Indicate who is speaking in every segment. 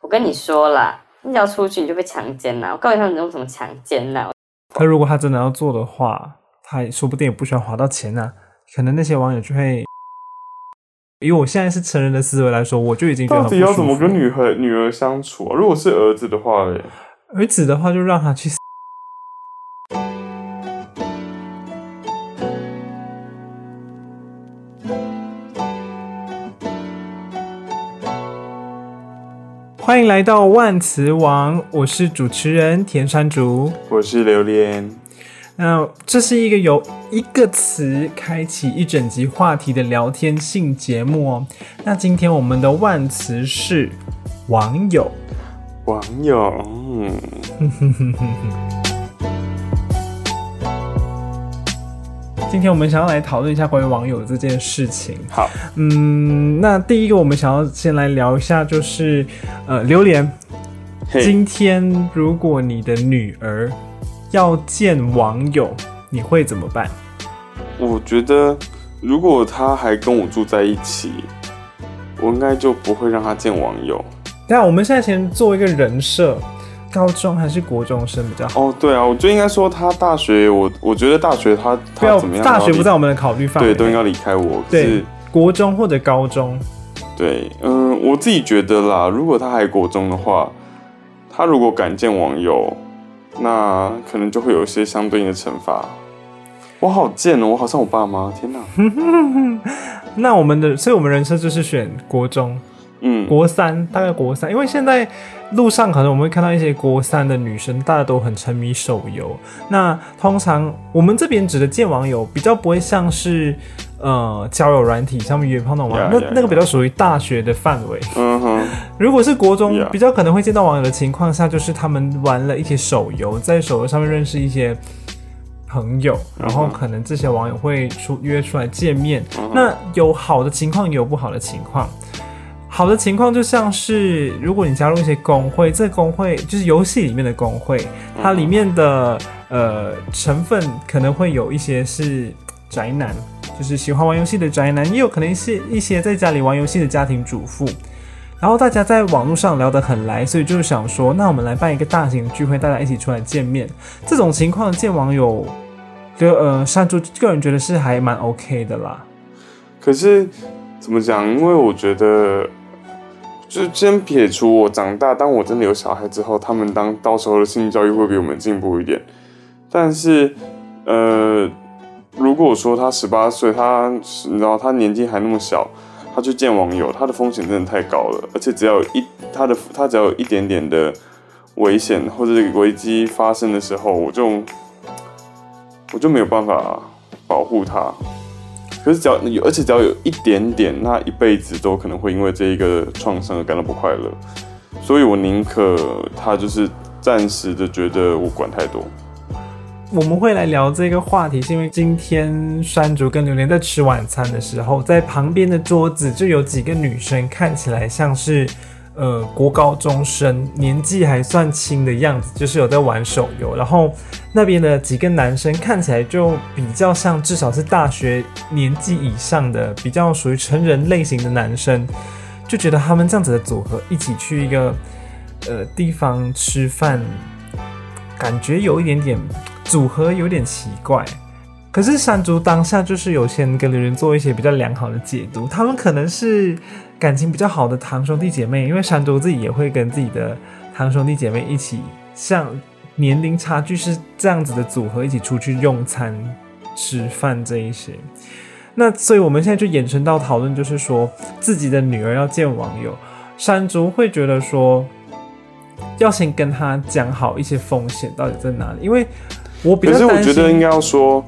Speaker 1: 我跟你说啦，你只要出去你就被强奸啦！我告诉你他们用什么强奸啦！
Speaker 2: 他如果他真的要做的话，他也说不定也不需要花到钱啊。可能那些网友就会，以我现在是成人的思维来说，我就已经觉得
Speaker 3: 到
Speaker 2: 很
Speaker 3: 底
Speaker 2: 不
Speaker 3: 要
Speaker 2: 舒
Speaker 3: 怎么
Speaker 2: 服
Speaker 3: 跟女孩女儿相处啊？如果是儿子的话嘞，
Speaker 2: 儿子的话，就让他去 死。欢迎来到万磁王，我是主持人田山竹。
Speaker 3: 我是榴莲，
Speaker 2: 那这是一个由一个词开启一整集话题的聊天性节目哦。那今天我们的万词是网友。
Speaker 3: 网友，嗯，
Speaker 2: 今天我们想要来讨论一下关于网友这件事情。
Speaker 3: 好，
Speaker 2: 嗯，那第一个我们想要先来聊一下，就是呃，榴莲。
Speaker 3: 嘿，
Speaker 2: 今天如果你的女儿要见网友，你会怎么办？
Speaker 3: 我觉得如果他还跟我住在一起，我应该就不会让他见网友。
Speaker 2: 但我们现在先做一个人设，高中还是国中生比较好？
Speaker 3: 哦，对啊，我就应该说他大学，我我觉得大学他
Speaker 2: 不
Speaker 3: 他
Speaker 2: 要
Speaker 3: 怎么样，
Speaker 2: 大学不在
Speaker 3: 然后
Speaker 2: 我们的考虑
Speaker 3: 离
Speaker 2: 范围。
Speaker 3: 对都应该离开我。可
Speaker 2: 对
Speaker 3: 是
Speaker 2: 国中或者高中，
Speaker 3: 对，嗯，我自己觉得啦，如果他还国中的话，他如果敢见网友，那可能就会有一些相对应的惩罚。我好贱哦，我好像我爸妈，天哪！
Speaker 2: 那我们的，所以我们人设就是选国中。
Speaker 3: 嗯，
Speaker 2: 国三，大概国三，因为现在路上可能我们会看到一些国三的女生，大家都很沉迷手游。那通常我们这边指的见网友，比较不会像是呃交友软体上面约炮那种网友
Speaker 3: Yeah,
Speaker 2: 那
Speaker 3: yeah,
Speaker 2: 那个
Speaker 3: yeah.
Speaker 2: 比较属于大学的范围。
Speaker 3: 嗯哼，
Speaker 2: 如果是国中
Speaker 3: Yeah.
Speaker 2: 比较可能会见到网友的情况下，就是他们玩了一些手游，在手游上面认识一些朋友，然后
Speaker 3: 嗯哼
Speaker 2: 可能这些网友会出约出来见面。
Speaker 3: 嗯哼
Speaker 2: 那有好的情况，也有不好的情况。好的情况就像是，如果你加入一些工会，这个工会就是游戏里面的工
Speaker 3: 嗯
Speaker 2: 会，它里面的呃成分可能会有一些是宅男，就是喜欢玩游戏的宅男，也有可能是一些在家里玩游戏的家庭主妇。然后大家在网络上聊得很来，所以就是想说，那我们来办一个大型聚会，大家一起出来见面。这种情况见网友，就呃，山猪个人觉得是还蛮 OK 的啦。
Speaker 3: 可是怎么讲？因为我觉得，就先撇除我长大，当我真的有小孩之后，他们当到时候的性教育会比我们进步一点。但是，呃，如果说他十八岁，他你知道他年纪还那么小，他去见网友，他的风险真的太高了。而且只要有一他的他只要有一点点的危险或者危机发生的时候，我就我就没有办法保护他。可是只要有，而且只要有一点点，那一辈子都可能会因为这一个创伤而感到不快乐。所以我宁可他就是暂时的觉得我管太多。
Speaker 2: 我们会来聊这个话题，是因为今天山竹跟榴莲在吃晚餐的时候，在旁边的桌子就有几个女生，看起来像是呃国高中生，年纪还算轻的样子，就是有在玩手游。然后那边的几个男生看起来就比较像，至少是大学年纪以上的，比较属于成人类型的男生，就觉得他们这样子的组合一起去一个呃地方吃饭，感觉有一点点组合有点奇怪。可是山竹当下就是有先跟刘人做一些比较良好的解读，他们可能是感情比较好的堂兄弟姐妹，因为山竹自己也会跟自己的堂兄弟姐妹一起，像年龄差距是这样子的组合一起出去用餐、吃饭这一些。那所以我们现在就延伸到讨论，就是说自己的女儿要见网友，山竹会觉得说要先跟她讲好一些风险到底在哪里，因为我比
Speaker 3: 可
Speaker 2: 较
Speaker 3: 是我
Speaker 2: 担
Speaker 3: 觉得
Speaker 2: 心
Speaker 3: 应该要说，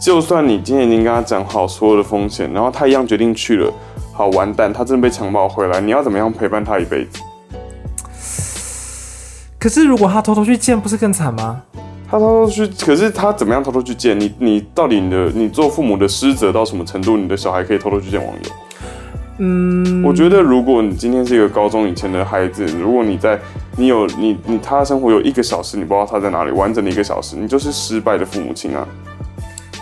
Speaker 3: 就算你今天已经跟他讲好所有的风险，然后他一样决定去了，好完蛋，他真的被强暴回来，你要怎么样陪伴他一辈子？
Speaker 2: 可是如果他偷偷去见，不是更惨吗？
Speaker 3: 他偷偷去，可是他怎么样偷偷去见你？你到底你的你做父母的失责到什么程度？你的小孩可以偷偷去见网友？
Speaker 2: 嗯，
Speaker 3: 我觉得，如果你今天是一个高中以前的孩子，如果你在你有你你他生活有一个小时，你不知道他在哪里，完整的一个小时，你就是失败的父母亲啊！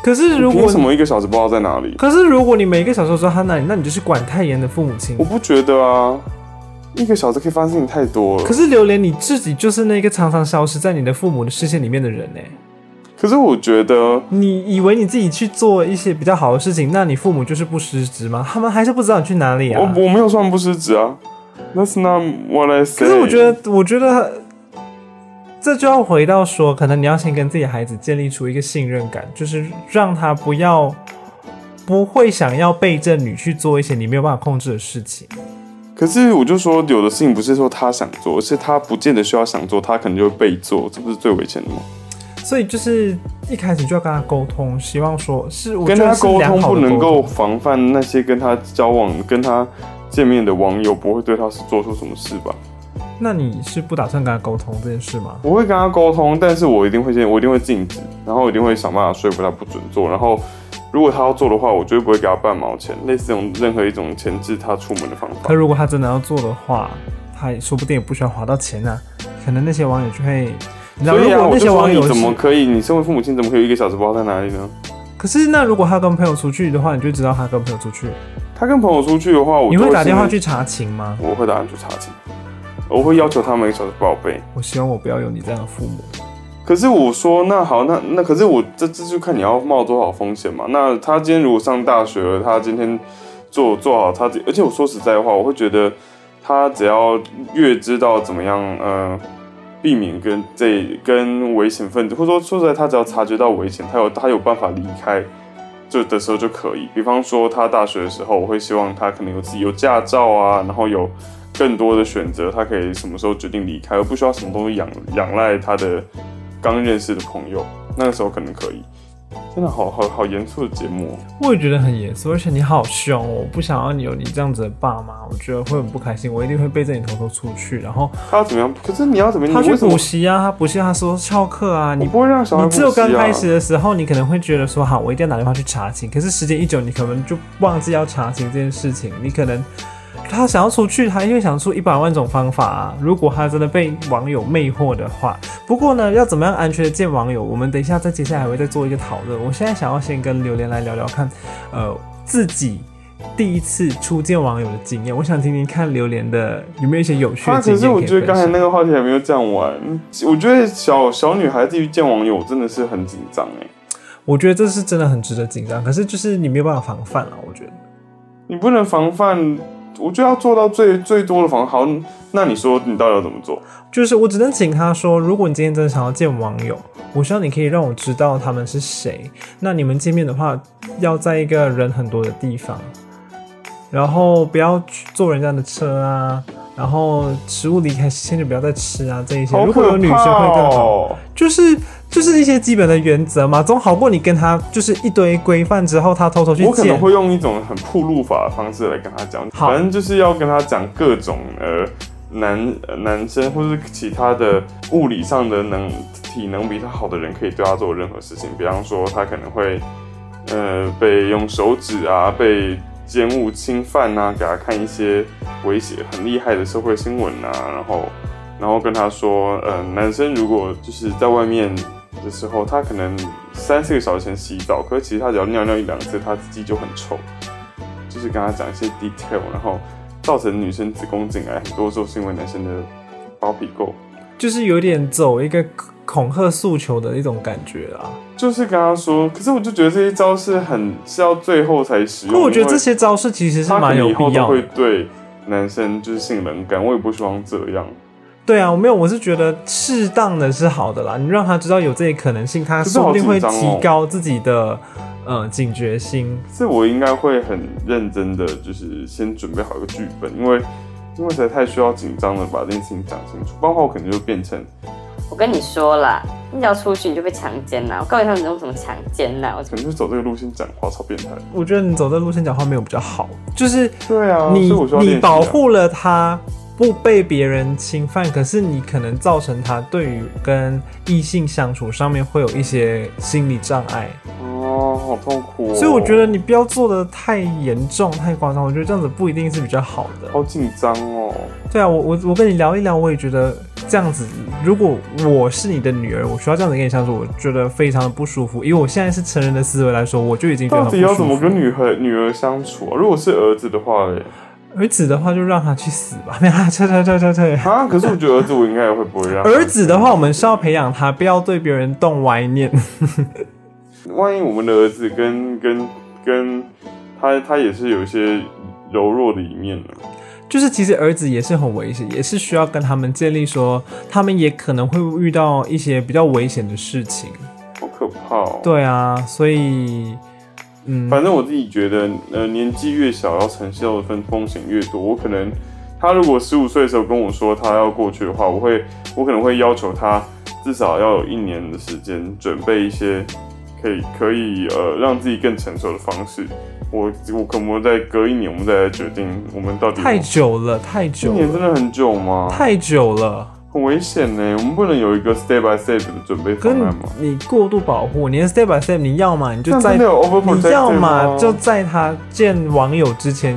Speaker 2: 可是如
Speaker 3: 你为
Speaker 2: 果
Speaker 3: 什么一个小时不知道在哪里？
Speaker 2: 可是如果你每一个小时都知道他那里，那你就是管太严的父母亲
Speaker 3: 我。不觉得啊，一个小时可以发生事情太多了。
Speaker 2: 可是榴莲你自己就是那个常常消失在你的父母的视线里面的人呢、欸
Speaker 3: 可是我觉得，
Speaker 2: 你以为你自己去做一些比较好的事情，那你父母就是不失职吗？他们还是不知道你去哪里啊。
Speaker 3: 我我没有算不失职啊。That's not what I say。
Speaker 2: 可是我觉，得，我觉得这就要回到说，可能你要先跟自己的孩子建立出一个信任感，就是让他不要不会想要背着你去做一些你没有办法控制的事情。
Speaker 3: 可是我就说，有的事情不是说他想做，而是他不见得需要想做，他可能就会被做，这不是最危险的吗？
Speaker 2: 所以就是一开始就要跟他沟通，希望说是我
Speaker 3: 跟
Speaker 2: 觉
Speaker 3: 他
Speaker 2: 得是
Speaker 3: 沟
Speaker 2: 良
Speaker 3: 通
Speaker 2: 好
Speaker 3: 不
Speaker 2: 的
Speaker 3: 能
Speaker 2: 沟
Speaker 3: 够
Speaker 2: 通
Speaker 3: 防范那些跟他交往、跟他见面的网友不会对他是做出什么事吧？
Speaker 2: 那你是不打算跟他沟通这件事吗？
Speaker 3: 我会跟他沟通，但是我一定会先，我一定会禁止，然后我一定会想办法说服他不准做。然后如果他要做的话，我绝对不会给他半毛钱，类似这种任何一种钳制他出门的方
Speaker 2: 可
Speaker 3: 法。
Speaker 2: 如果他真的要做的话，他也说不定也不需要花到钱啊。可能那些网友就会，你知道，
Speaker 3: 所
Speaker 2: 如
Speaker 3: 以啊，
Speaker 2: 果
Speaker 3: 我
Speaker 2: 那
Speaker 3: 就
Speaker 2: 些
Speaker 3: 说
Speaker 2: 网友
Speaker 3: 你
Speaker 2: 是
Speaker 3: 怎么可以？你身为父母亲，怎么可以有一个小时不知道在哪里呢？
Speaker 2: 可是那如果他跟朋友出去的话，你就知道他跟朋友出去，
Speaker 3: 他跟朋友出去的话，我
Speaker 2: 你
Speaker 3: 就
Speaker 2: 会打电话
Speaker 3: 先
Speaker 2: 去查情吗？
Speaker 3: 我会打电话去查寝，我会要求他们一个小时报备。
Speaker 2: 我希望我不要有你这样的父母。
Speaker 3: 可是我说那好，那那可是我这这就看你要冒多少风险嘛。那他今天如果上大学了，他今天做做好他自己，而且我说实在话，我会觉得他只要越知道怎么样，呃，避免跟这跟危险分子，或者说说实在，他只要察觉到危险，他有他有办法离开。就的时候就可以，比方说他大学的时候，我会希望他可能有自己有驾照啊，然后有更多的选择，他可以什么时候决定离开，而不需要什么东西仰仰赖他的刚认识的朋友，那个时候可能可以。真的好好好严肃的节目哦，
Speaker 2: 我也觉得很严肃，而且你好凶哦！我不想要你有你这样子的爸妈，我觉得会很不开心，我一定会背着你偷偷出去。然后
Speaker 3: 他要怎么样？可是你要怎么？
Speaker 2: 他
Speaker 3: 你
Speaker 2: 去
Speaker 3: 为什么
Speaker 2: 补？习啊，他补习他说翘课啊，
Speaker 3: 你
Speaker 2: 你
Speaker 3: 不会让小孩
Speaker 2: 你
Speaker 3: 补习
Speaker 2: 只
Speaker 3: 啊？
Speaker 2: 有刚开始的时候，你可能会觉得说好，我一定要打电话去查寝。可是时间一久，你可能就忘记要查寝这件事情。你可能他想要出去，他因为想出一百万种方法、啊。如果他真的被网友魅惑的话，不过呢，要怎么样安全的见网友，我们等一下在接下来还会再做一个讨论。我现在想要先跟榴莲来聊聊看，呃，自己。第一次初见网友的经验，我想听听看榴莲的有没有一些有趣
Speaker 3: 他
Speaker 2: 的经
Speaker 3: 啊
Speaker 2: 验
Speaker 3: 可是我
Speaker 2: 可以
Speaker 3: 觉得
Speaker 2: 分
Speaker 3: 刚才
Speaker 2: 享。
Speaker 3: 那个话题还没有讲完，我觉得小小女孩自己见网友真的是很紧张哎。
Speaker 2: 我觉得这是真的很值得紧张，可是就是你没有办法防范了、我觉得。
Speaker 3: 你不能防范，我就要做到最最多的防好。那你说你到底要怎么做？
Speaker 2: 就是我只能请他说，如果你今天真的想要见网友，我希望你可以让我知道他们是谁。那你们见面的话，要在一个人很多的地方，然后不要去坐人家的车啊，然后食物离开视线就不要再吃啊，这一些。
Speaker 3: 好
Speaker 2: 如果有
Speaker 3: 可
Speaker 2: 女生
Speaker 3: 怕
Speaker 2: 会更好，
Speaker 3: 哦！
Speaker 2: 就是就是一些基本的原则嘛，总好过你跟他就是一堆规范之后，他偷偷去
Speaker 3: 我可能
Speaker 2: 见。
Speaker 3: 会用一种很铺路法的方式来跟他讲，
Speaker 2: 好
Speaker 3: 反正就是要跟他讲各种呃男呃男生或是其他的物理上的能体能比他好的人可以对他做任何事情，比方说他可能会呃被用手指啊被。奸物侵犯啊，给他看一些威胁很厉害的社会新闻啊，然后，然后跟他说，呃，男生如果就是在外面的时候，他可能三四个小时前洗澡，可是其实他只要尿尿一两次，他自己就很臭。就是跟他讲一些 detail，然后造成女生子宫颈癌，很多时候是因为男生的包皮垢。
Speaker 2: 就是有点走一个恐吓诉求的一种感觉啊啦。
Speaker 3: 就是跟他说，可是我就觉得这一招是很是要最后才使用。
Speaker 2: 可我觉得
Speaker 3: 因
Speaker 2: 这
Speaker 3: 为
Speaker 2: 些招式其实是
Speaker 3: 他可
Speaker 2: 蛮
Speaker 3: 能
Speaker 2: 有
Speaker 3: 以后
Speaker 2: 必
Speaker 3: 都
Speaker 2: 要的
Speaker 3: 会。对男生就是性冷感，我也不希望这样。
Speaker 2: 对啊，我没有，我是觉得适当的是好的啦。你让他知道有这些可能性，他
Speaker 3: 可是
Speaker 2: 说
Speaker 3: 好
Speaker 2: 不定会
Speaker 3: 紧张哦
Speaker 2: 提高自己的呃警觉心。
Speaker 3: 是我应该会很认真的，就是先准备好一个剧本，因为因为实在太需要紧张了，把这件事情讲清楚，不然的话我可能就变成
Speaker 1: 我跟你说啦，你只要出去你就被强奸啦！我告诉你，他们用什么强奸啦！我
Speaker 3: 可能就走这个路线讲话，超变态。
Speaker 2: 我觉得你走在路线讲话没有比较好，就是
Speaker 3: 对啊，
Speaker 2: 你、
Speaker 3: 所以我需要练习啊
Speaker 2: 你保护了他不被别人侵犯，可是你可能造成他对于跟异性相处上面会有一些心理障碍。
Speaker 3: 哦，好痛苦、哦。
Speaker 2: 所以我觉得你不要做的太严重、太夸张，我觉得这样子不一定是比较好的。
Speaker 3: 好紧张哦。
Speaker 2: 对啊，我我我跟你聊一聊，我也觉得这样子，如果我是你的女儿，我需要这样子跟你相处，我觉得非常的不舒服。以我现在是成人的思维来说，我就已经觉得
Speaker 3: 到
Speaker 2: 很不
Speaker 3: 底
Speaker 2: 舒服。
Speaker 3: 要怎么跟女孩女儿相处啊？如果是儿子的话嘞，
Speaker 2: 儿子的话就让他去死吧， 没有啊，撤撤撤撤撤。
Speaker 3: 啊，可是我觉得儿子我应该也会不会让啊他
Speaker 2: 儿子的话，我们是要培养他，不要对别人动歪念。
Speaker 3: 万一我们的儿子跟跟跟他他也是有一些柔弱的一面呢？
Speaker 2: 就是其实儿子也是很危险，也是需要跟他们建立说，他们也可能会遇到一些比较危险的事情。
Speaker 3: 好可怕哦！，
Speaker 2: 对啊，所以嗯，
Speaker 3: 反正我自己觉得，呃，年纪越小要承受的风风险越多。我可能他如果十五岁的时候跟我说他要过去的话，我会我可能会要求他至少要有一年的时间准备一些可以可以呃让自己更成熟的方式。我我可能再隔一年，我们再来决定我们到底
Speaker 2: 太久了，太
Speaker 3: 一
Speaker 2: 久
Speaker 3: 年真
Speaker 2: 了，
Speaker 3: 的很久吗？
Speaker 2: 太久了。
Speaker 3: 很危险呢，我们不能有一个 step by step 的准备方
Speaker 2: 跟
Speaker 3: 案吗？
Speaker 2: 你过度保护，你的 step by step，你要嘛你
Speaker 3: 这
Speaker 2: 就
Speaker 3: 样
Speaker 2: 在
Speaker 3: 真的有 overprotect
Speaker 2: 你要嘛就在他见网友之前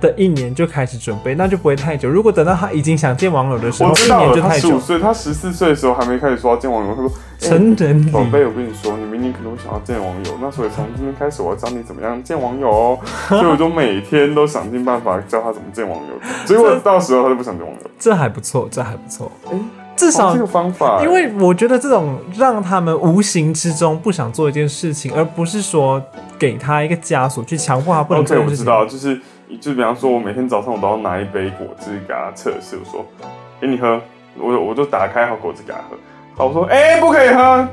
Speaker 2: 的一年就开始准备，那就不会太久。如果等到他已经想见网友的时候，
Speaker 3: 我知
Speaker 2: 一
Speaker 3: 道
Speaker 2: 年
Speaker 3: 了，
Speaker 2: 就
Speaker 3: 他
Speaker 2: 太
Speaker 3: 十五
Speaker 2: 久。嗯
Speaker 3: 岁，他十四岁的时候还没开始说要见网友，他说：“
Speaker 2: 成人
Speaker 3: 宝
Speaker 2: 礼
Speaker 3: 贝，我跟你说，你明年可能会想要见网友，那所以从今天开始我要教你怎么样见网 友哦。”所以我就每天都想尽办法教他怎么见网友，结果到时候他就不想见网友。
Speaker 2: 这还不错，这还不错。至
Speaker 3: 哦
Speaker 2: 少
Speaker 3: 这个方法，
Speaker 2: 因为我觉得这种让他们无形之中不想做一件事情，而不是说给他一个枷锁去强迫他不能做这
Speaker 3: OK，我
Speaker 2: 件事情。
Speaker 3: 知道，就是就比方说，我每天早上我都要拿一杯果汁给他测试，我说给你喝，我我就打开好果汁给他喝，好，我说哎、不可以喝，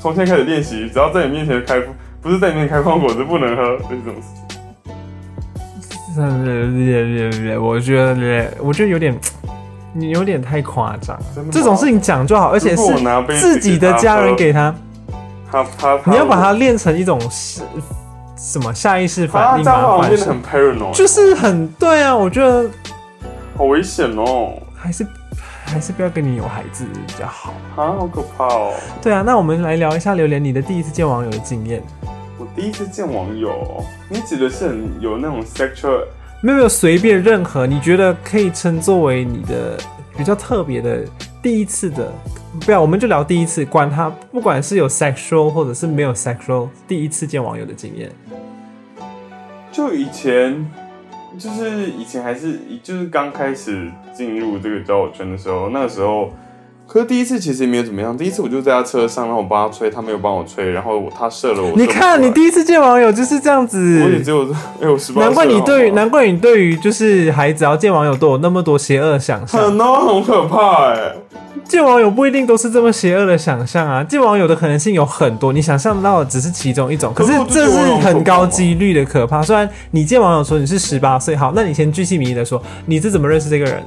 Speaker 3: 从现在开始练习，只要在你面前开不是在你面前开放果汁不能喝，就是这种事情。
Speaker 2: 我觉得我觉得有点，你有点太夸张
Speaker 3: 真的吗。
Speaker 2: 这种事情讲就好，而且
Speaker 3: 如
Speaker 2: 是
Speaker 3: 果我拿杯子
Speaker 2: 自己的家人给他，
Speaker 3: 他他他，
Speaker 2: 你要把它练成一种是什么下意识
Speaker 3: 啊，
Speaker 2: 反
Speaker 3: 这
Speaker 2: 应
Speaker 3: 样好
Speaker 2: 吧，反
Speaker 3: 像变得
Speaker 2: 射
Speaker 3: 很 paranoid，
Speaker 2: 就是很对啊。我觉得
Speaker 3: 好危险哦，
Speaker 2: 还是还是不要跟你有孩子比较好。
Speaker 3: 啊，好可怕哦！
Speaker 2: 对啊，那我们来聊一下榴莲你的第一次见网友的经验。
Speaker 3: 我第一次见网友，你指的是很有那种 sexual
Speaker 2: 没有没有随便任何你觉得可以称作为你的比较特别的第一次的，不要我们就聊第一次，管他不管是有 sexual 或者是没有 sexual，第一次见网友的经验，
Speaker 3: 就以前，就是以前还是就是刚开始进入这个交友圈的时候，那个时候，可是第一次其实也没有怎么样。第一次我就在他车上，然后我帮他吹，他没有帮我吹，然后我他射了我。
Speaker 2: 你
Speaker 3: 射不出
Speaker 2: 看
Speaker 3: 来
Speaker 2: 你第一次见网友就是这样
Speaker 3: 我也
Speaker 2: 子
Speaker 3: 只。有哎，我十八。
Speaker 2: 难怪你对于
Speaker 3: 好吗
Speaker 2: 难怪你对于就是孩子要见网友都有那么多邪恶的想象，
Speaker 3: 很哦，很可怕哎、
Speaker 2: 见网友不一定都是这么邪恶的想象啊，见网友的可能性有很多，你想象到的只是其中一种，可是这是很高几率的可怕。虽然你见网友说你是十八岁，好，那你先据细迷的说，你是怎么认识这个人？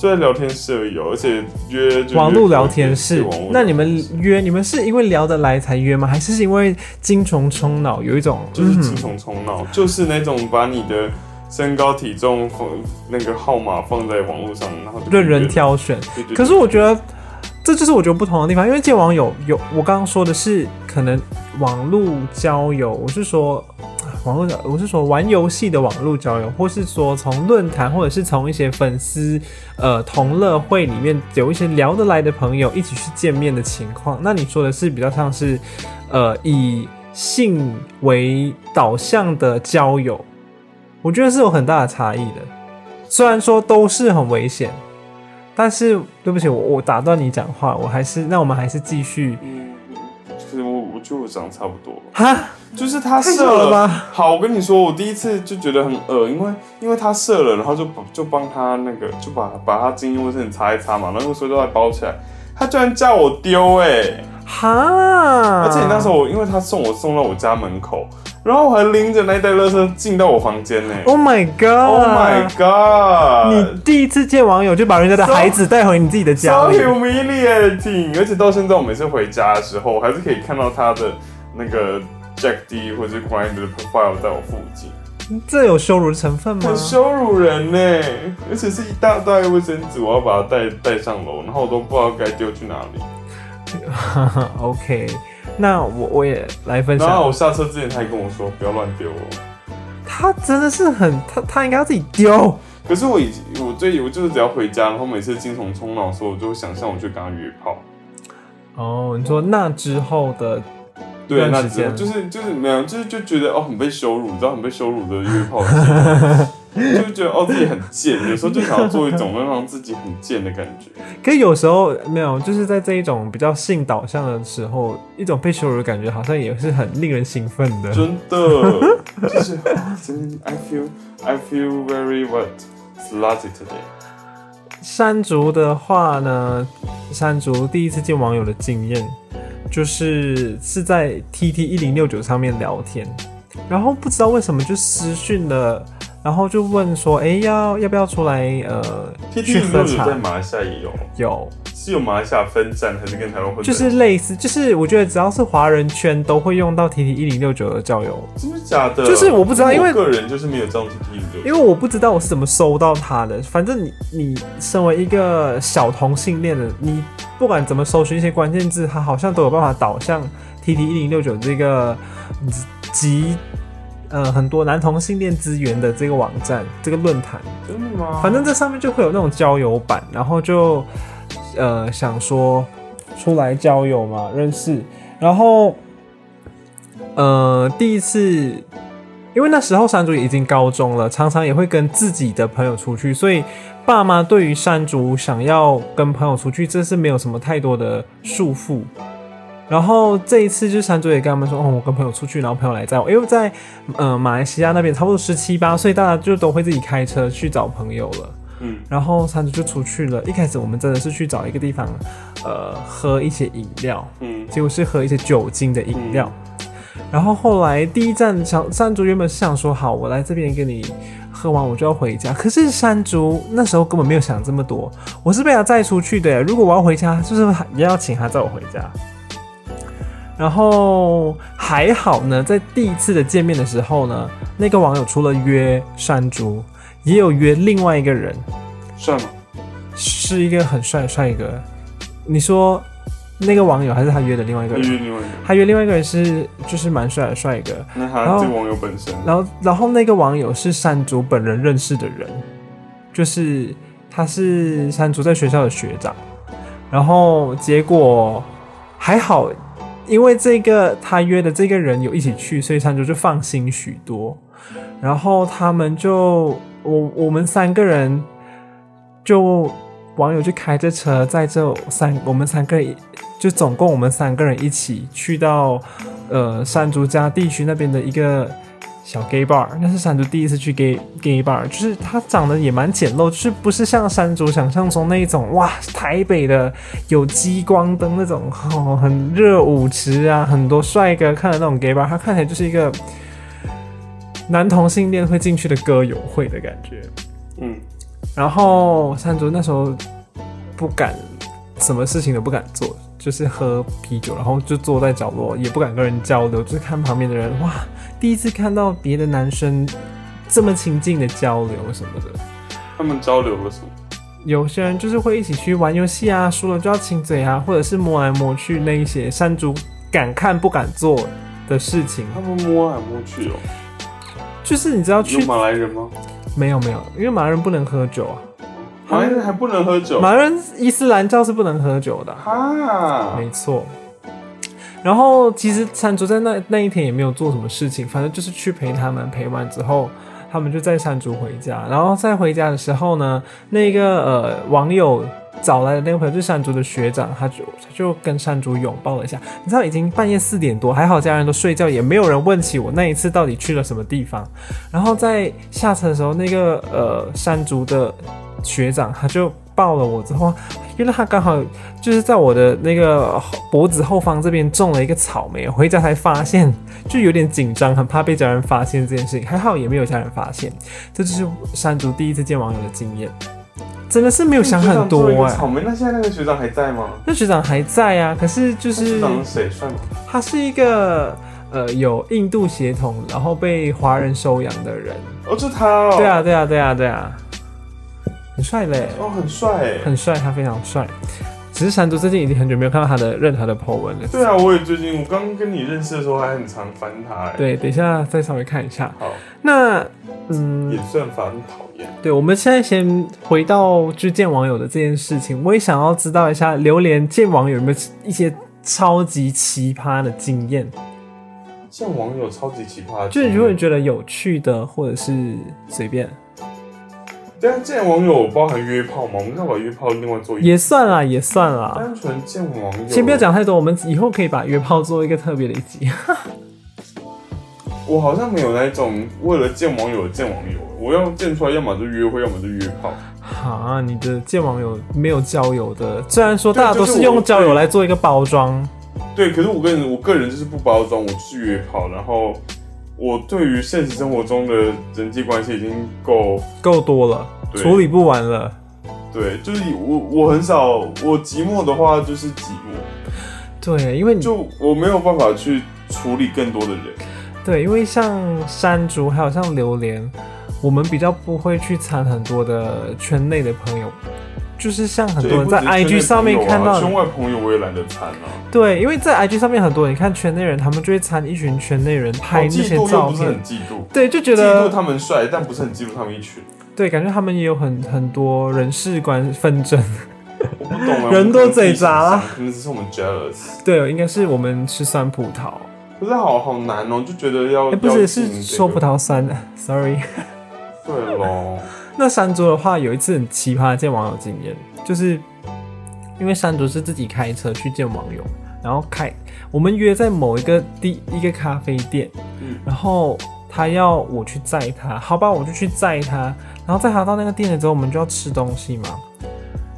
Speaker 3: 就在聊天室而已哦，而且约就约
Speaker 2: 网络聊天室
Speaker 3: 网络聊天室。
Speaker 2: 那你们约，你们是因为聊得来才约吗？还是是因为精虫充脑，有一种
Speaker 3: 就是
Speaker 2: 嗯
Speaker 3: 精虫充脑，就是那种把你的身高体重放那个号码放在网络上，然后就
Speaker 2: 任人。挑选？
Speaker 3: 对对对
Speaker 2: 可是我觉得这就是我觉得不同的地方，因为见网友有我刚刚说的是可能网络交友，我是说啊网络交，我是说玩游戏的网络交友，或是说从论坛或者是从一些粉丝呃同乐会里面有一些聊得来的朋友一起去见面的情况。那你说的是比较像是呃以性为导向的交友，我觉得是有很大的差异的。虽然说都是很危险，但是对不起，我我打断你讲话，我还是那我们还是继续
Speaker 3: 嗯，就是我我觉得我长得差不多吧，
Speaker 2: 哈，
Speaker 3: 就是他
Speaker 2: 太
Speaker 3: 射
Speaker 2: 久了吧？
Speaker 3: 好，我跟你说，我第一次就觉得很恶，因为因为他射了，然后就把就帮他那个就把把他精液卫生纸擦一擦嘛，然后用塑料袋包起来，他居然叫我丢哎、
Speaker 2: 哈，
Speaker 3: 而且那时候我因为他送我送到我家门口，然后我还拎着那一袋垃圾进到我房间呢、
Speaker 2: ，Oh my
Speaker 3: Oh my
Speaker 2: God，Oh
Speaker 3: god！
Speaker 2: 你第一次见网友就把人家的
Speaker 3: So-
Speaker 2: 孩子带回你自己的家
Speaker 3: so
Speaker 2: 里，
Speaker 3: humiliating！而且到现在，我每次回家的时候，我还是可以看到他的那个 Jack D 或者是 Grind 的 profile 在我附近，
Speaker 2: 这有羞辱的成分吗
Speaker 3: 很？羞辱人呢、而且是一大袋卫生纸，我要把它带带上楼，然后我都不知道该丢去哪里。
Speaker 2: OK，那我我也来分
Speaker 3: 然后我
Speaker 2: 享，
Speaker 3: 下车之前，他还跟我说不要乱丢哦。
Speaker 2: 他真的是很他他应该要自己丢。
Speaker 3: 可是我以前我最我就是只要回家，然后每次精虫冲脑的时候，我就会想象我去跟他约炮。
Speaker 2: 哦，你说那之后的
Speaker 3: 对，
Speaker 2: 段
Speaker 3: 啊那
Speaker 2: 时
Speaker 3: 只
Speaker 2: 间
Speaker 3: 就是就是没有，就是就觉得哦很被羞辱，你知道很被羞辱的约炮的经验。就会觉得哦自己很贱，有时候就想要做一种让自己很贱的感觉。
Speaker 2: 可有时候没有，就是在这一种比较性导向的时候，一种被羞辱的感觉，好像也是很令人兴奋的。
Speaker 3: 真的，就是啊真的，I feel I feel very what slutty today。
Speaker 2: 山竹的话呢，山竹第一次见网友的经验，就是是在 TT 一零六九上面聊天，然后不知道为什么就私讯了，然后就问说，哎、要要不要出来呃
Speaker 3: T
Speaker 2: 去
Speaker 3: T
Speaker 2: 喝
Speaker 3: 有
Speaker 2: 茶？
Speaker 3: 在马来西亚也有，
Speaker 2: 有，
Speaker 3: 是有马来西亚分站还是跟台湾混
Speaker 2: 就
Speaker 3: 战？
Speaker 2: 是类似，就是我觉得只要是华人圈都会用到 TT 一零六九的交友，
Speaker 3: 真的假的？
Speaker 2: 就是我不知道因为
Speaker 3: 个人就是没有这样 T T 五
Speaker 2: 因为我不知道我是怎么搜到它的。反正你你身为一个小同性恋的，你不管怎么搜寻一些关键字，它好像都有办法导向 T T 一零六九这个嗯集呃很多男同性恋资源的这个网站这个论坛。
Speaker 3: 真的
Speaker 1: 哦
Speaker 3: 吗？
Speaker 2: 反正这上面就会有那种交友版，然后就呃想说出来交友嘛，认识，然后呃第一次，因为那时候山竹也已经高中了，常常也会跟自己的朋友出去，所以爸妈对于山竹想要跟朋友出去，这是没有什么太多的束缚。然后这一次就山竹也跟他们说，哦，我跟朋友出去，然后朋友来载我，因为在呃马来西亚那边差不多十七八岁，大家就都会自己开车去找朋友了。
Speaker 3: 嗯，
Speaker 2: 然后山竹就出去了，一开始我们真的是去找一个地方，呃，喝一些饮料，
Speaker 3: 嗯
Speaker 2: 结果是喝一些酒精的饮料。然后后来第一站想山竹原本是想说好，我来这边跟你喝完我就要回家。可是山竹那时候根本没有想这么多，我是被他载出去的。如果我要回家，就是也要请他载我回家。然后还好呢，在第一次的见面的时候呢，那个网友除了约山竹，也有约另外一个人，
Speaker 3: 算了，
Speaker 2: 是一个很帅的帅哥。你说那个网友还是他约的另外一个
Speaker 3: 那
Speaker 2: 人？
Speaker 3: 约另外一个，
Speaker 2: 他约另外一个人是就是蛮帅的帅哥，
Speaker 3: 那
Speaker 2: 然
Speaker 3: 他
Speaker 2: 后
Speaker 3: 这个网友本身，
Speaker 2: 然后然后那个网友是山竹本人认识的人，就是他是山竹在学校的学长，然后结果还好，因为这个他约的这个人有一起去，所以山竹就放心许多，然后他们就我我们三个人就网友就开着车载这三我们三个人一就总共我们三个人一起去到呃山竹家地区那边的一个小 gay bar，那是山竹第一次去 gay gay bar，就是它长得也蛮简陋，就是不是像山竹想象中那一种哇台北的有激光灯那种哦很热舞池啊，很多帅哥看的那种 gay bar，它看起来就是一个男同性恋会进去的歌友会的感觉。
Speaker 3: 嗯，
Speaker 2: 然后山竹那时候不敢，什么事情都不敢做，就是喝啤酒，然后就坐在角落，也不敢跟人交流，就是看旁边的人，哇，第一次看到别的男生这么亲近的交流什么的。
Speaker 3: 他们交流了什么？
Speaker 2: 有些人就是会一起去玩游戏啊，输了就要亲嘴啊，或者是摸来摸去那一些山竹敢看不敢做的事 情，
Speaker 3: 他们摸来摸去哦，
Speaker 2: 就是你知道
Speaker 3: 有
Speaker 2: 去
Speaker 3: 马来人吗？
Speaker 2: 没有没有，因为马来人不能喝酒啊，
Speaker 3: 马来人还不能喝酒，
Speaker 2: 马来人伊斯兰教是不能喝酒的啊、
Speaker 3: 哈，
Speaker 2: 没错。然后其实山竹在那那一天也没有做什么事情，反正就是去陪他们，陪完之后，他们就载山竹回家。然后在回家的时候呢，那个呃网友找来的那个朋友就是山竹的学长，他就他就跟山竹拥抱了一下。你知道已经半夜四点多，还好家人都睡觉，也没有人问起我那一次到底去了什么地方。然后在下车的时候，那个呃山竹的学长他就抱了我之后，因为他刚好就是在我的那个脖子后方这边种了一个草莓，回家才发现，就有点紧张，很怕被家人发现这件事情。还好也没有家人发现，这就是山竹第一次见网友的经验，真的是没有想很多
Speaker 3: 学长做一
Speaker 2: 哎、
Speaker 3: 个草莓，那现在那个学长还在吗？
Speaker 2: 那学长还在啊，可是就
Speaker 3: 那学
Speaker 2: 是
Speaker 3: 长是谁？算了，
Speaker 2: 他是一个呃有印度血统，然后被华人收养的人。
Speaker 3: 哦，就他哦，
Speaker 2: 对啊，，对啊，对啊，对啊，很帅嘞，
Speaker 3: 哦，很帅哎，
Speaker 2: 很帅，他非常帅。只是山竹最近已经很久没有看到他的任何的 po 文了。
Speaker 3: 对啊，我也最近，我刚跟你认识的时候还很常烦他哎，，
Speaker 2: 对，等一下再稍微看一下。
Speaker 3: 好，
Speaker 2: 那嗯，
Speaker 3: 也算烦，很讨厌，
Speaker 2: 对，我们现在先回到就见网友的这件事情，我也想要知道一下榴莲见网友有没有一些超级奇葩的经验。
Speaker 3: 像网友超级奇葩的，
Speaker 2: 就是如果你觉得有趣的，或者是随便
Speaker 3: 但啊见网友包含约炮吗？我们要把约炮另外做一
Speaker 2: 也算啦，也算啦。
Speaker 3: 单纯见网友，
Speaker 2: 先不要，讲太多，我们以后可以把约炮做一个特别的一集。
Speaker 3: 我好像没有那一种为了见网友见网友，我要见出来，要么就约会，要么就约炮。
Speaker 2: 啊，你的见网友没有交友的，虽然说大家都
Speaker 3: 就是是
Speaker 2: 用
Speaker 3: 我
Speaker 2: 交友来做一个包装，
Speaker 3: 对，可是我个人，我个人就是不包装，我就是约炮，然后我对于现实生活中的人际关系已经够
Speaker 2: 够多了，
Speaker 3: 对
Speaker 2: 处理不完了。
Speaker 3: 对，就是我我很少，我寂寞的话就是寂寞，
Speaker 2: 对，因为你
Speaker 3: 就我没有办法去处理更多的人。
Speaker 2: 对，因为像山竹还有像榴莲，我们比较不会去参很多的圈内的朋友，就是像很多
Speaker 3: 就也
Speaker 2: 人
Speaker 3: 不
Speaker 2: 在
Speaker 3: 止圈内
Speaker 2: IG 上面
Speaker 3: 朋友啊
Speaker 2: 看到
Speaker 3: 圈
Speaker 2: 你，
Speaker 3: 外朋友，我也懒得参啊。
Speaker 2: 对，因为在 IG 上面很多人，你看圈内人，他们就会参一群圈内人拍那
Speaker 3: 我哦嫉
Speaker 2: 些
Speaker 3: 妒又
Speaker 2: 照
Speaker 3: 不是
Speaker 2: 片
Speaker 3: 很，嫉妒，
Speaker 2: 对，就觉
Speaker 3: 嫉妒
Speaker 2: 得
Speaker 3: 他们帅，但不是很嫉妒他们一群。
Speaker 2: 对，感觉他们也有很很多人事关纷争。
Speaker 3: 我不懂啊，
Speaker 2: 人多嘴杂啦
Speaker 3: 我可能自己想可能只是我们 jealous。
Speaker 2: 对，应该是我们吃酸葡萄，
Speaker 3: 可是好好难哦，就觉得要
Speaker 2: 哎、不是
Speaker 3: 要
Speaker 2: 是
Speaker 3: 进这
Speaker 2: 说
Speaker 3: 个
Speaker 2: 葡萄酸的，sorry。
Speaker 3: 对喽。
Speaker 2: 那山竹的话，有一次很奇葩的见网友经验，就是因为山竹是自己开车去见网友，然后开我们约在某一个地一个咖啡店，
Speaker 3: 嗯
Speaker 2: 然后他要我去载他，好吧，我就去载他，然后载他到那个店了之后，我们就要吃东西嘛。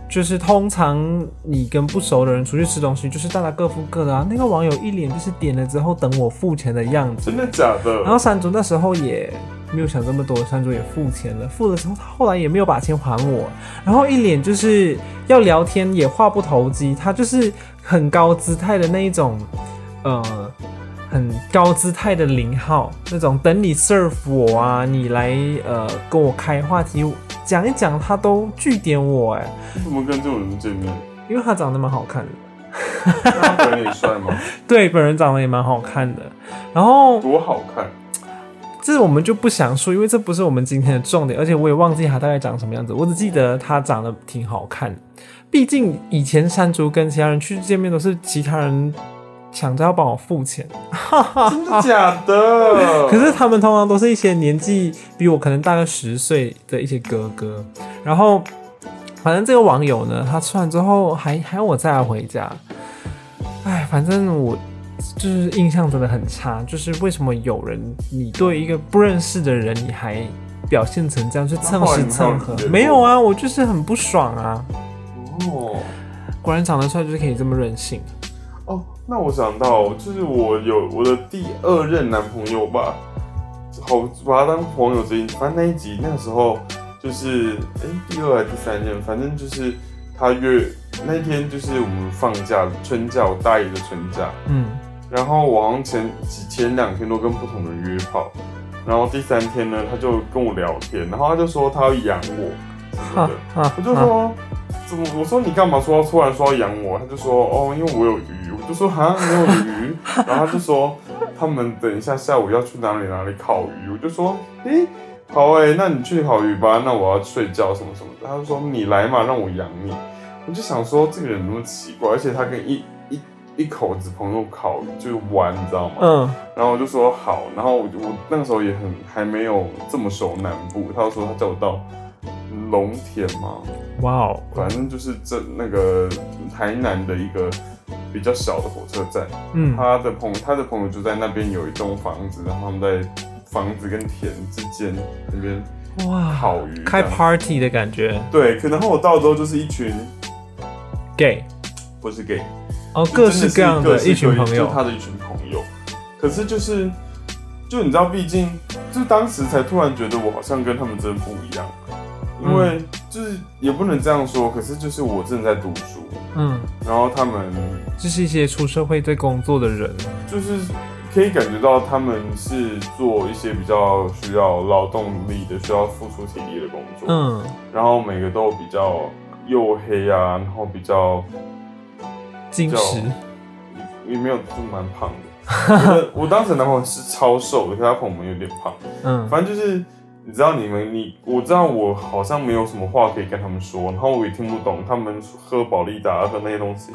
Speaker 2: 就是通常你跟不熟的人出去吃东西，就是大家各付各的啊。那个网友一脸就是点了之后等我付钱的样子，
Speaker 3: 真的假的？
Speaker 2: 然后山竹那时候也没有想这么多，山竹也付钱了，付了之后他后来也没有把钱还我，然后一脸就是要聊天也话不投机，他就是很高姿态的那一种，呃，很高姿态的零号那种，等你 serve 我啊，你来呃跟我开话题讲一讲，他都拒点我哎、
Speaker 3: 怎么跟这种人见面？
Speaker 2: 因为他长得蛮好看的，
Speaker 3: 那他本人也帅吗？
Speaker 2: 对，本人长得也蛮好看的，然后
Speaker 3: 多好看！
Speaker 2: 这我们就不详述，因为这不是我们今天的重点，而且我也忘记他大概长什么样子，我只记得他长得挺好看。毕竟以前山竹跟其他人去见面都是其他人抢着要帮我付钱，
Speaker 3: 真的假的？
Speaker 2: 啊可是他们通常都是一些年纪比我可能大个十岁的一些哥哥，然后反正这个网友呢，他吃完之后还还要我载他回家，哎，反正我就是印象真的很差，就是为什么有人你对一个不认识的人你还表现成这样去蹭吃蹭喝
Speaker 3: 那后来你还有觉？得
Speaker 2: 没有啊，我就是很不爽啊！
Speaker 3: 哦
Speaker 2: 果然长得帅就是可以这么任性，
Speaker 3: 哦，那我想到，就是我有我的第二任男朋友吧，好把他当朋友之一。反正那一集那个时候就是，哎、第二还是第三任，反正就是他约那一天就是我们放假春假，我大一的春假，
Speaker 2: 嗯，
Speaker 3: 然后我好像前几前两天都跟不同人约炮，然后第三天呢，他就跟我聊天，然后他就说他要养我什
Speaker 2: 哈
Speaker 3: 么的，
Speaker 2: 哈
Speaker 3: 我就
Speaker 2: 哈，
Speaker 3: 说怎么？我说你干嘛说突然说要养我？他就说哦，因为我有鱼。我就说哈，你有鱼？然后他就说他们等一下下午要去哪里哪里烤鱼。我就说诶、好诶、那你去烤鱼吧，那我要睡觉什么什么的。他就说你来嘛，让我养你。我就想说这个人怎么那么奇怪，而且他跟一一一口子朋友烤鱼就是玩，你知道吗？
Speaker 2: 嗯，
Speaker 3: 然后我就说好，然后我就我那个时候也很还没有这么熟南部，他就说他叫我到龙田嘛，
Speaker 2: 哇哦，
Speaker 3: 反正就是这那个台南的一个比较小的火车站，
Speaker 2: 嗯，
Speaker 3: 他的朋他的朋友就在那边有一栋房子，然后他们在房子跟田之间那边
Speaker 2: 哇，
Speaker 3: 烤鱼
Speaker 2: 开
Speaker 3: 这样
Speaker 2: party 的感觉
Speaker 3: 对，可能我到之后就是一群
Speaker 2: ，gay。
Speaker 3: 不是 gay，
Speaker 2: 哦，
Speaker 3: 就
Speaker 2: 各
Speaker 3: 真
Speaker 2: 式各样
Speaker 3: 的
Speaker 2: 的
Speaker 3: 是
Speaker 2: 一群朋
Speaker 3: 就是
Speaker 2: 友，
Speaker 3: 他的一群朋友。可是就是，就你知道，毕竟就当时才突然觉得我好像跟他们真的不一样，因
Speaker 2: 嗯
Speaker 3: 为就是也不能这样说，可是就是我正在读书，
Speaker 2: 嗯，
Speaker 3: 然后他们
Speaker 2: 就是一些出社会在工作的人，啊
Speaker 3: 就是可以感觉到他们是做一些比较需要劳动力的、需要付出体力的工作，
Speaker 2: 嗯，
Speaker 3: 然后每个都比较黝黑啊，然后比较
Speaker 2: 金石，
Speaker 3: 也也没有，就蛮胖的。我的我当时的男朋友是超瘦的，可是他朋友们有点胖。
Speaker 2: 嗯，
Speaker 3: 反正就是，你知道你们，你我知道我好像没有什么话可以跟他们说，然后我也听不懂他们喝保利达的那些东西，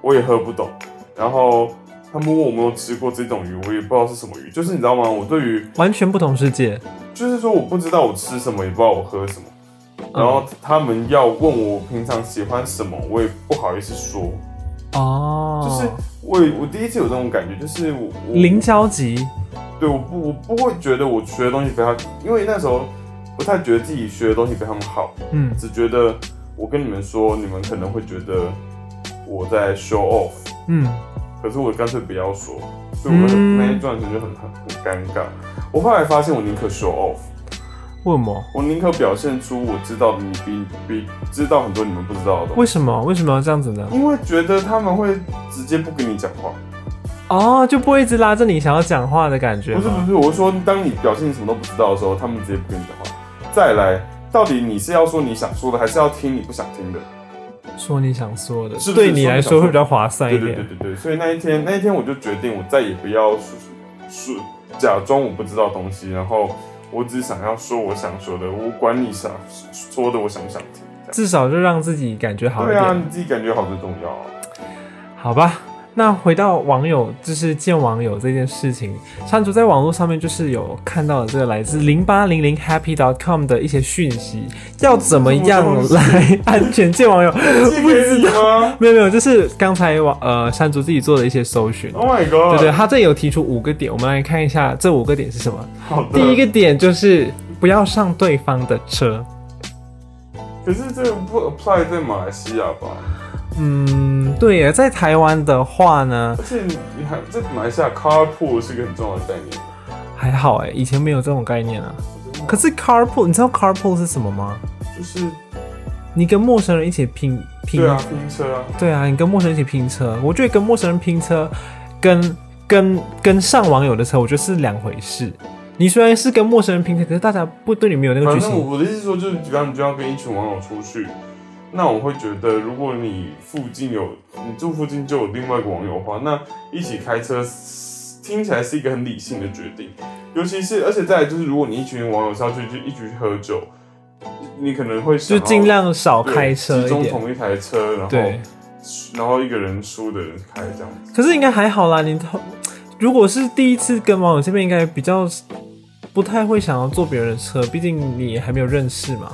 Speaker 3: 我也喝不懂。然后他们问我有没有吃过这种鱼，我也不知道是什么鱼。就是你知道吗？我对于
Speaker 2: 完全不同世界。
Speaker 3: 就是说我不知道我吃什么，也不知道我喝什么。然后他们要问我平常喜欢什么，我也不好意思说。
Speaker 2: 哦，
Speaker 3: 就是我我第一次有这种感觉，就是我我
Speaker 2: 零交集，
Speaker 3: 对，我不我不会觉得我学的东西比他，因为那时候不太觉得自己学的东西比他们好，
Speaker 2: 嗯
Speaker 3: 只觉得我跟你们说，你们可能会觉得我在 show off，
Speaker 2: 嗯，
Speaker 3: 可是我干脆不要说，所以我很
Speaker 2: 嗯
Speaker 3: 那一段时间就很很很尴尬。我后来发现，我宁可 show off，
Speaker 2: 为什么？
Speaker 3: 我宁可表现出我知道的你比比知道很多你们不知道的东
Speaker 2: 为
Speaker 3: 西，
Speaker 2: 什么？为什么要这样子呢？
Speaker 3: 因为觉得他们会直接不跟你讲话。
Speaker 2: 哦，就不会一直拉着你想要讲话的感觉
Speaker 3: 不是不
Speaker 2: 吗？
Speaker 3: 是，我是说，当你表现你什么都不知道的时候，他们直接不跟你讲话。再来，到底你是要说你想说的，还是要听你不想听的？
Speaker 2: 说你想说的，
Speaker 3: 是不是
Speaker 2: 对你来说会比较划算
Speaker 3: 对
Speaker 2: 一
Speaker 3: 对对
Speaker 2: 点。
Speaker 3: 对对。所以那一天，那一天我就决定，我再也不要说说假装我不知道东西，然后我只想要说我想说的，我管你想说的我想不想听。这样
Speaker 2: 至少就让自己感觉好一
Speaker 3: 对啊，你
Speaker 2: 点，
Speaker 3: 自己感觉好最重 要啊、
Speaker 2: 好吧？那回到网友，就是见网友这件事情，山竹在网络上面就是有看到了这个来自零八零零 happy dot com 的一些讯息，要怎么样来安全见网友？
Speaker 3: 寄给你吗
Speaker 2: 没有没有，就是刚才网呃山竹自己做的一些搜寻，
Speaker 3: ？Oh my god！
Speaker 2: 对对，他这里有提出五个点，我们来看一下这五个点是什么。
Speaker 3: 好的。
Speaker 2: 第一，个点就是不要上对方的车。
Speaker 3: 可是这个不 apply 在马来西亚吧？
Speaker 2: 嗯，对耶，在台湾的话呢，
Speaker 3: 而且你你还在马来西亚 carpool 是一个很重要的概念。
Speaker 2: 还好哎，以前没有这种概念啊。可是 carpool，你知道 carpool 是什么吗？
Speaker 3: 就是
Speaker 2: 你跟陌生人一起拼拼，
Speaker 3: 对啊，拼车啊，
Speaker 2: 对啊你跟陌生人一起拼车，我觉得跟陌生人拼车，跟跟跟上网友的车，我觉得是两回事。你虽然是跟陌生人拼车，可是大家不对你没有那个
Speaker 3: 反
Speaker 2: 决
Speaker 3: 正
Speaker 2: 心。
Speaker 3: 我的意思是说，就是比方你就要跟一群网友出去，那我会觉得，如果你附近有你住附近就有另外一个网友的话，那一起开车听起来是一个很理性的决定，尤其是而且再来就是，如果你一群网友是要去就一起去喝酒，你可能会想
Speaker 2: 就
Speaker 3: 要
Speaker 2: 尽量少
Speaker 3: 对
Speaker 2: 开车
Speaker 3: 集
Speaker 2: 一
Speaker 3: 中
Speaker 2: 点，
Speaker 3: 同一台车，然后
Speaker 2: 对。
Speaker 3: 然后一个人输的人开这样子。
Speaker 2: 可是应该还好啦，你头如果是第一次跟网友见面，应该比较不太会想要坐别人的车，毕竟你还没有认识嘛。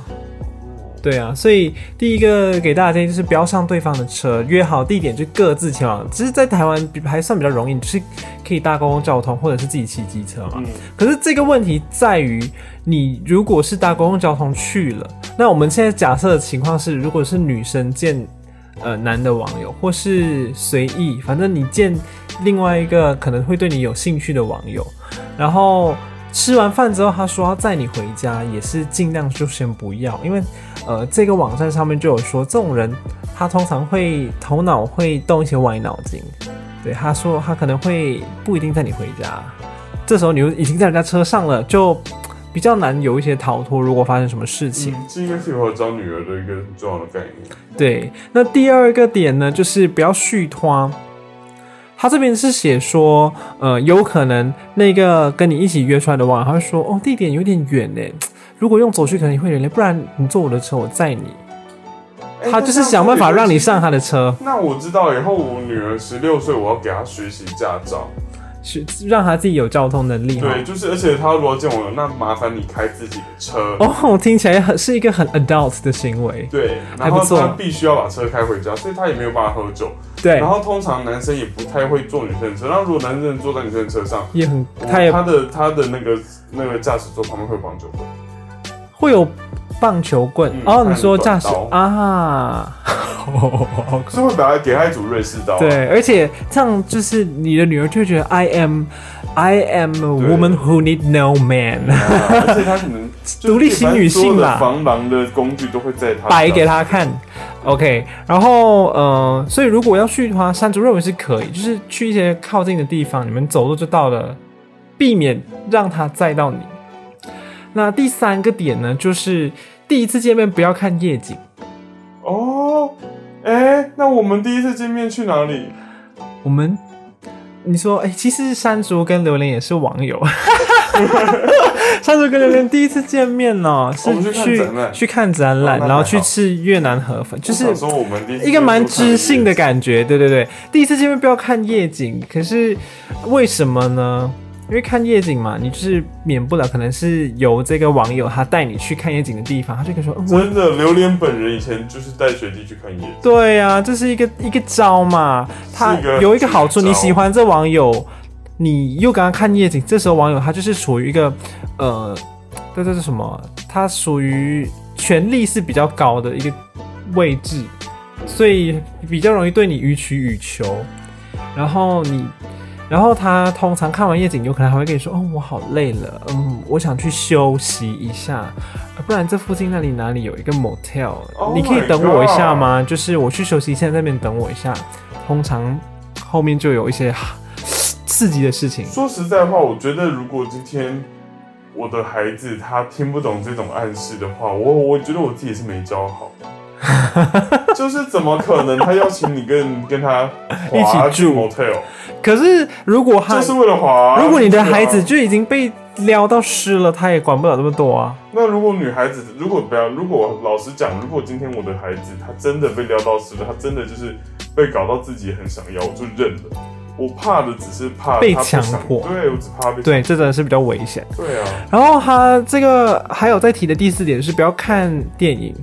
Speaker 2: 对啊，所以第一个给大家建议就是不要上对方的车，约好地点就各自前往。其实，在台湾比还算比较容易，你就是可以搭公共交通或者是自己骑机车嘛。
Speaker 3: 嗯，
Speaker 2: 可是这个问题在于，你如果是搭公共交通去了，那我们现在假设的情况是，如果是女生见呃男的网友，或是随意，反正你见另外一个可能会对你有兴趣的网友，然后吃完饭之后，他说要载你回家，也是尽量就先不要，因为呃这个网站上面就有说，这种人他通常会头脑会动一些歪脑筋，对他说他可能会不一定载你回家。这时候你又已经在人家车上了，就比较难有一些逃脱。如果发生什么事情，
Speaker 3: 嗯这应该是我找女儿的一个很重要的概念。
Speaker 2: 对，那第二个点呢，就是不要续拖。他这边是写说，呃，有可能那个跟你一起约出来的网友，他会说，哦，地点有点远呢，如果用走去可能你会有点累，不然你坐我的车，我载你。
Speaker 3: 欸
Speaker 2: 哎他就是想办法让你上。他的车，
Speaker 3: 那我知道以后我女儿十六岁，我要给她学习驾照。
Speaker 2: 是让他自己有交通能力哈。
Speaker 3: 对，就是而且她如果见我，那麻烦你开自己的车。
Speaker 2: 哦，听起来很是一个很 adult 的行为。
Speaker 3: 对，然
Speaker 2: 还
Speaker 3: 后
Speaker 2: 不错
Speaker 3: 她必须要把车开回家，所以她也没有办法喝酒。
Speaker 2: 对
Speaker 3: 然，后通常男生也不太会坐女生的车，那如果男生坐在女生的车上，
Speaker 2: 也很，
Speaker 3: 我
Speaker 2: 他也
Speaker 3: 哦他的他的那个那个驾驶座旁边会有绑酒棍，
Speaker 2: 会有棒球棍。
Speaker 3: 嗯
Speaker 2: 哦，
Speaker 3: 还
Speaker 2: 你
Speaker 3: 有
Speaker 2: 说
Speaker 3: 短
Speaker 2: 驾驶
Speaker 3: 刀
Speaker 2: 啊？ 好
Speaker 3: 是会把他给他一组瑞士刀啊。
Speaker 2: 对，而且这样就是你的女儿就会觉得 I am I am a woman who need no man，
Speaker 3: 啊而且他可能
Speaker 2: 独立型女性啦
Speaker 3: 啦，防狼的工具都会在他
Speaker 2: 摆给她
Speaker 3: 他。
Speaker 2: 看。OK，然后呃，所以如果要去的话，山竹认为是可以，就是去一些靠近的地方，你们走路就到了，避免让她载到你。那第三个点呢，就是第一次见面不要看夜景，
Speaker 3: 哦，哎、那我们第一次见面去哪里？
Speaker 2: 我们。你说，哎、其实山竹跟榴莲也是网友，山竹跟榴莲第一次见面呢、
Speaker 3: 哦我
Speaker 2: 是
Speaker 3: 们去看
Speaker 2: 去
Speaker 3: 展览
Speaker 2: 去看展览，
Speaker 3: 哦那
Speaker 2: 然后
Speaker 3: 还
Speaker 2: 去
Speaker 3: 好
Speaker 2: 吃越南河粉，就是
Speaker 3: 我想说我们第一次
Speaker 2: 一个蛮知性的
Speaker 3: 感。
Speaker 2: 感觉，对对对。第一次见面不要看夜景，可是为什么呢？因为看夜景嘛，你就是免不了可能是由这个网友他带你去看夜景的地方，他就可以说，嗯、我
Speaker 3: 真的，榴莲本人以前就是带学弟去看夜景，
Speaker 2: 对呀、这是一个一个招嘛。他
Speaker 3: 是一个
Speaker 2: 有一个好处，
Speaker 3: 绝招
Speaker 2: 你喜欢这网友，你又刚刚看夜景，这时候网友他就是处于一个呃，这这是什么？他属于权力是比较高的一个位置，所以比较容易对你予取予求。然后你，然后他通常看完夜景，有可能还会跟你说：“哦，我好累了，嗯，我想去休息一下。呃不然这附近那里哪里有一个 motel，、
Speaker 3: Oh
Speaker 2: 你可以
Speaker 3: my
Speaker 2: 等我一下吗？就是我去休息一下，在那边等我一下。”通常后面就有一些 刺激的事情。
Speaker 3: 说实在话，我觉得如果今天我的孩子他听不懂这种暗示的话，我我觉得我自己是没教好。 就是怎么可能？他邀请你跟跟他
Speaker 2: 一起
Speaker 3: 滑去
Speaker 2: 住
Speaker 3: motel，
Speaker 2: 可是如果他
Speaker 3: 就是为了滑。
Speaker 2: 如果你的
Speaker 3: 对啊
Speaker 2: 孩子就已经被撩到湿了，他也管不了那么多啊。
Speaker 3: 那如果女孩子，如果不要，如果老实讲，如果今天我的孩子他真的被撩到湿了，他真的就是被搞到自己很想要，我就认了。我怕的只是怕
Speaker 2: 被
Speaker 3: 他不
Speaker 2: 强
Speaker 3: 想
Speaker 2: 迫
Speaker 3: 对我只怕被
Speaker 2: 对，这真的是比较危险。
Speaker 3: 对啊，
Speaker 2: 然后他这个还有在提的第四点是不要看电影，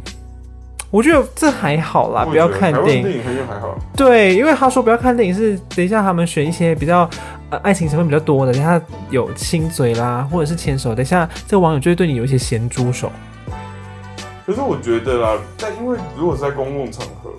Speaker 2: 我觉得这还好啦，
Speaker 3: 我
Speaker 2: 不要
Speaker 3: 觉得
Speaker 2: 看
Speaker 3: 台湾
Speaker 2: 电影
Speaker 3: 电。影好像还好。
Speaker 2: 对，因为他说不要看电影是等一下他们选一些比较呃爱情成分比较多的，等一下有亲嘴啦，或者是牵手，等一下这个网友就会对你有一些咸猪手。
Speaker 3: 可是我觉得啦，但因为如果是在公共场合，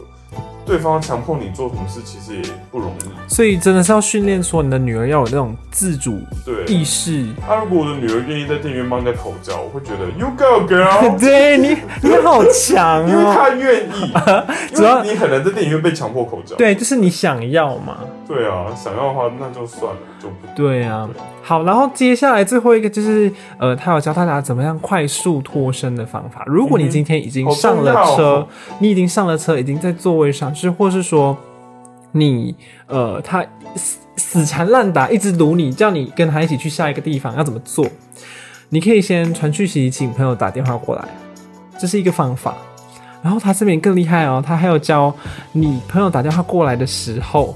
Speaker 3: 对方强迫你做什么事，其实也不容易。
Speaker 2: 所以真的是要训练说你的女儿要有那种自主
Speaker 3: 对，
Speaker 2: 意 识。
Speaker 3: 那、如果我的女儿愿意在店员帮人家口交，我会觉得 you go girl，
Speaker 2: 对你，你好强
Speaker 3: 因为
Speaker 2: 哦！
Speaker 3: 她愿意，因
Speaker 2: 主要
Speaker 3: 为你很难在电影院被强迫口交。
Speaker 2: 对，就是你想要嘛。
Speaker 3: 对啊，想要的话那就算了，就不
Speaker 2: 对啊
Speaker 3: 对，
Speaker 2: 好，然后接下来最后一个就是，呃，他有教大家怎么样快速脱身的方法。如果你
Speaker 3: 嗯哼
Speaker 2: 今天已经
Speaker 3: 好
Speaker 2: 上
Speaker 3: 重
Speaker 2: 了
Speaker 3: 要
Speaker 2: 车，
Speaker 3: 哦
Speaker 2: 你已经上了车，已经在座位上，就是或是说你呃，他死死缠烂打，一直堵你，叫你跟他一起去下一个地方，要怎么做？你可以先传讯息，请朋友打电话过来，这是一个方法。然后他这边更厉害哦，他还有教你朋友打电话过来的时候，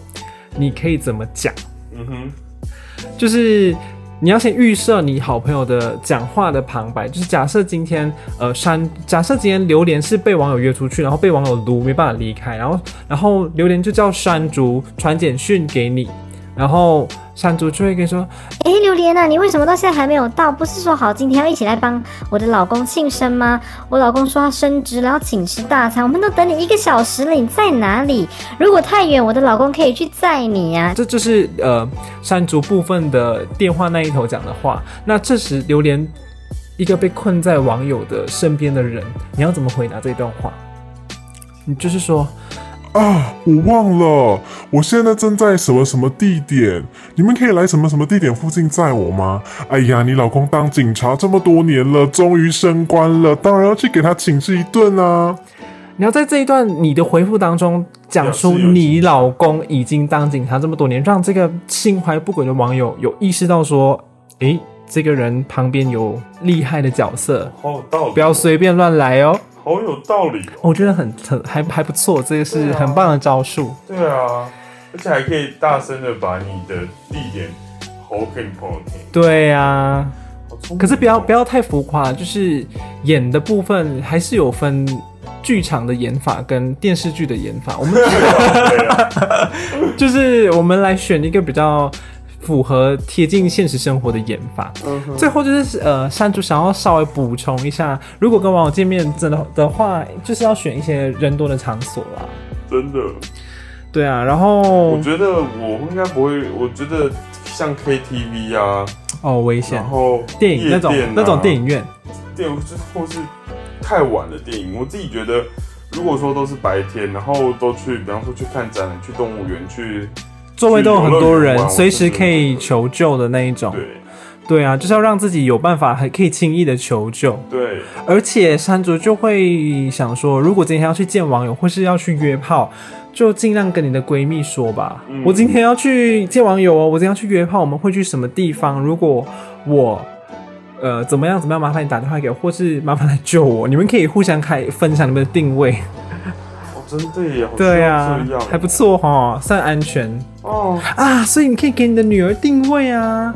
Speaker 2: 你可以怎么讲。
Speaker 3: 嗯哼，
Speaker 2: 就是你要先预设你好朋友的讲话的旁白，就是假设今天呃山，假设今天榴莲是被网友约出去，然后被网友撸，没办法离开，然后然后榴莲就叫山竹传简讯给你，然后山竹就会跟你说，
Speaker 4: 哎，榴莲啊，你为什么到现在还没有到？不是说好今天要一起来帮我的老公庆生吗？我老公说他升职了，要请吃大餐，我们都等你一个小时了，你在哪里？如果太远，我的老公可以去载你啊呀、
Speaker 2: 这就是呃山竹部分的电话那一头讲的话。那这时榴莲一个被困在网友的身边的人，你要怎么回答这段话？你就是说，
Speaker 5: 啊，我忘了，我现在正在什么什么地点，你们可以来什么什么地点附近载我吗？哎呀，你老公当警察这么多年了，终于升官了，当然要去给他请示一顿啊。
Speaker 2: 你要在这一段你的回复当中讲出你老公已经当警察这么多年，让这个心怀不轨的网友有意识到说，诶，这个人旁边有厉害的角色，
Speaker 3: 好有道理，哦
Speaker 2: 不要随便乱来哦。
Speaker 3: 好有道理哦。
Speaker 2: 我觉得很很还还不错，这个是
Speaker 3: 对啊
Speaker 2: 很棒的招数。
Speaker 3: 对啊，而且还可以大声的把你的地点吼给你朋友听。
Speaker 2: 对呀、啊，
Speaker 3: 好聪明哦
Speaker 2: 可是不要不要太浮夸，就是演的部分还是有分剧场的演法跟电视剧的演法。我 们啊 就是我们来选一个比较符合贴近现实生活的演法。最后就是呃，山竹想要稍微补充一下，如果跟网友见面真的的话，就是要选一些人多的场所啦。
Speaker 3: 真的，
Speaker 2: 对啊，然后
Speaker 3: 我觉得我应该不会，我觉得像 KTV 啊，
Speaker 2: 哦危险
Speaker 3: 然，后
Speaker 2: 电影那种
Speaker 3: 夜店啊
Speaker 2: 那种电影院，
Speaker 3: 电影或是太晚的电影，我自己觉得，如果说都是白天，然后都去，比方说去看展览、去动物园、去
Speaker 2: 座位都有很多
Speaker 3: 去游乐园
Speaker 2: 人，啊
Speaker 3: 玩
Speaker 2: 随时可以求救的那一种。
Speaker 3: 对
Speaker 2: 对啊，就是要让自己有办法，还可以轻易的求救。
Speaker 3: 对，
Speaker 2: 而且山竹就会想说，如果今天要去见网友，或是要去约炮，就尽量跟你的闺蜜说吧。
Speaker 3: 嗯
Speaker 2: 我今天要去见网友哦，我今天要去约炮，我们会去什么地方？如果我呃，怎么样怎么样，麻烦你打电话给我，或是麻烦来救我。你们可以互相开分享你们的定位，
Speaker 3: 哦，真的耶，好
Speaker 2: 对
Speaker 3: 像
Speaker 2: 啊
Speaker 3: 这样，
Speaker 2: 还不错哈，算安全
Speaker 3: 哦，
Speaker 2: 啊。所以你可以给你的女儿定位啊。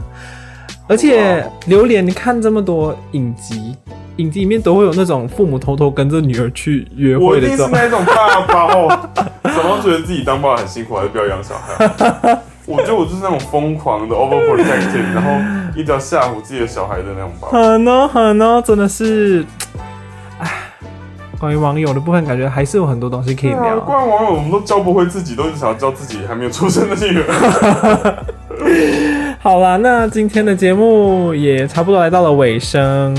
Speaker 2: 而且榴莲，你看这么多影集，影集里面都会有那种父母偷偷跟着女儿去约
Speaker 3: 我
Speaker 2: 会
Speaker 3: 一
Speaker 2: 的
Speaker 3: 定
Speaker 2: 这
Speaker 3: 是
Speaker 2: 种。
Speaker 3: 那种爸爸哦，怎么觉得自己当爸爸很辛苦，还是不要养小孩？我觉得我就是那种疯狂的 overprotective，然后一直要吓唬自己的小孩的那种爸爸。
Speaker 2: 很哦很哦，真的是，唉，关于网友的部分，感觉还是有很多东西可以
Speaker 3: 对啊，
Speaker 2: 聊。
Speaker 3: 怪网友我们都教不会自己，都是想要教自己还没有出生的女儿。
Speaker 2: 好啦，那今天的节目也差不多来到了尾声。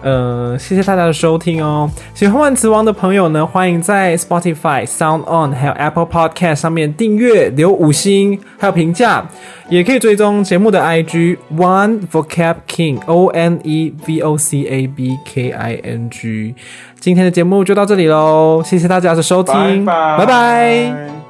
Speaker 2: 呃，谢谢大家的收听哦。喜欢万磁王的朋友呢，欢迎在 Spotify、Sound On 还有 Apple Podcast 上面订阅、留五星还有评价，也可以追踪节目的 IG One Vocab King O N E V O C A B K I N G。今天的节目就到这里喽，谢谢大家的收
Speaker 3: 拜
Speaker 2: 听，
Speaker 3: 拜
Speaker 2: 拜拜
Speaker 3: 拜。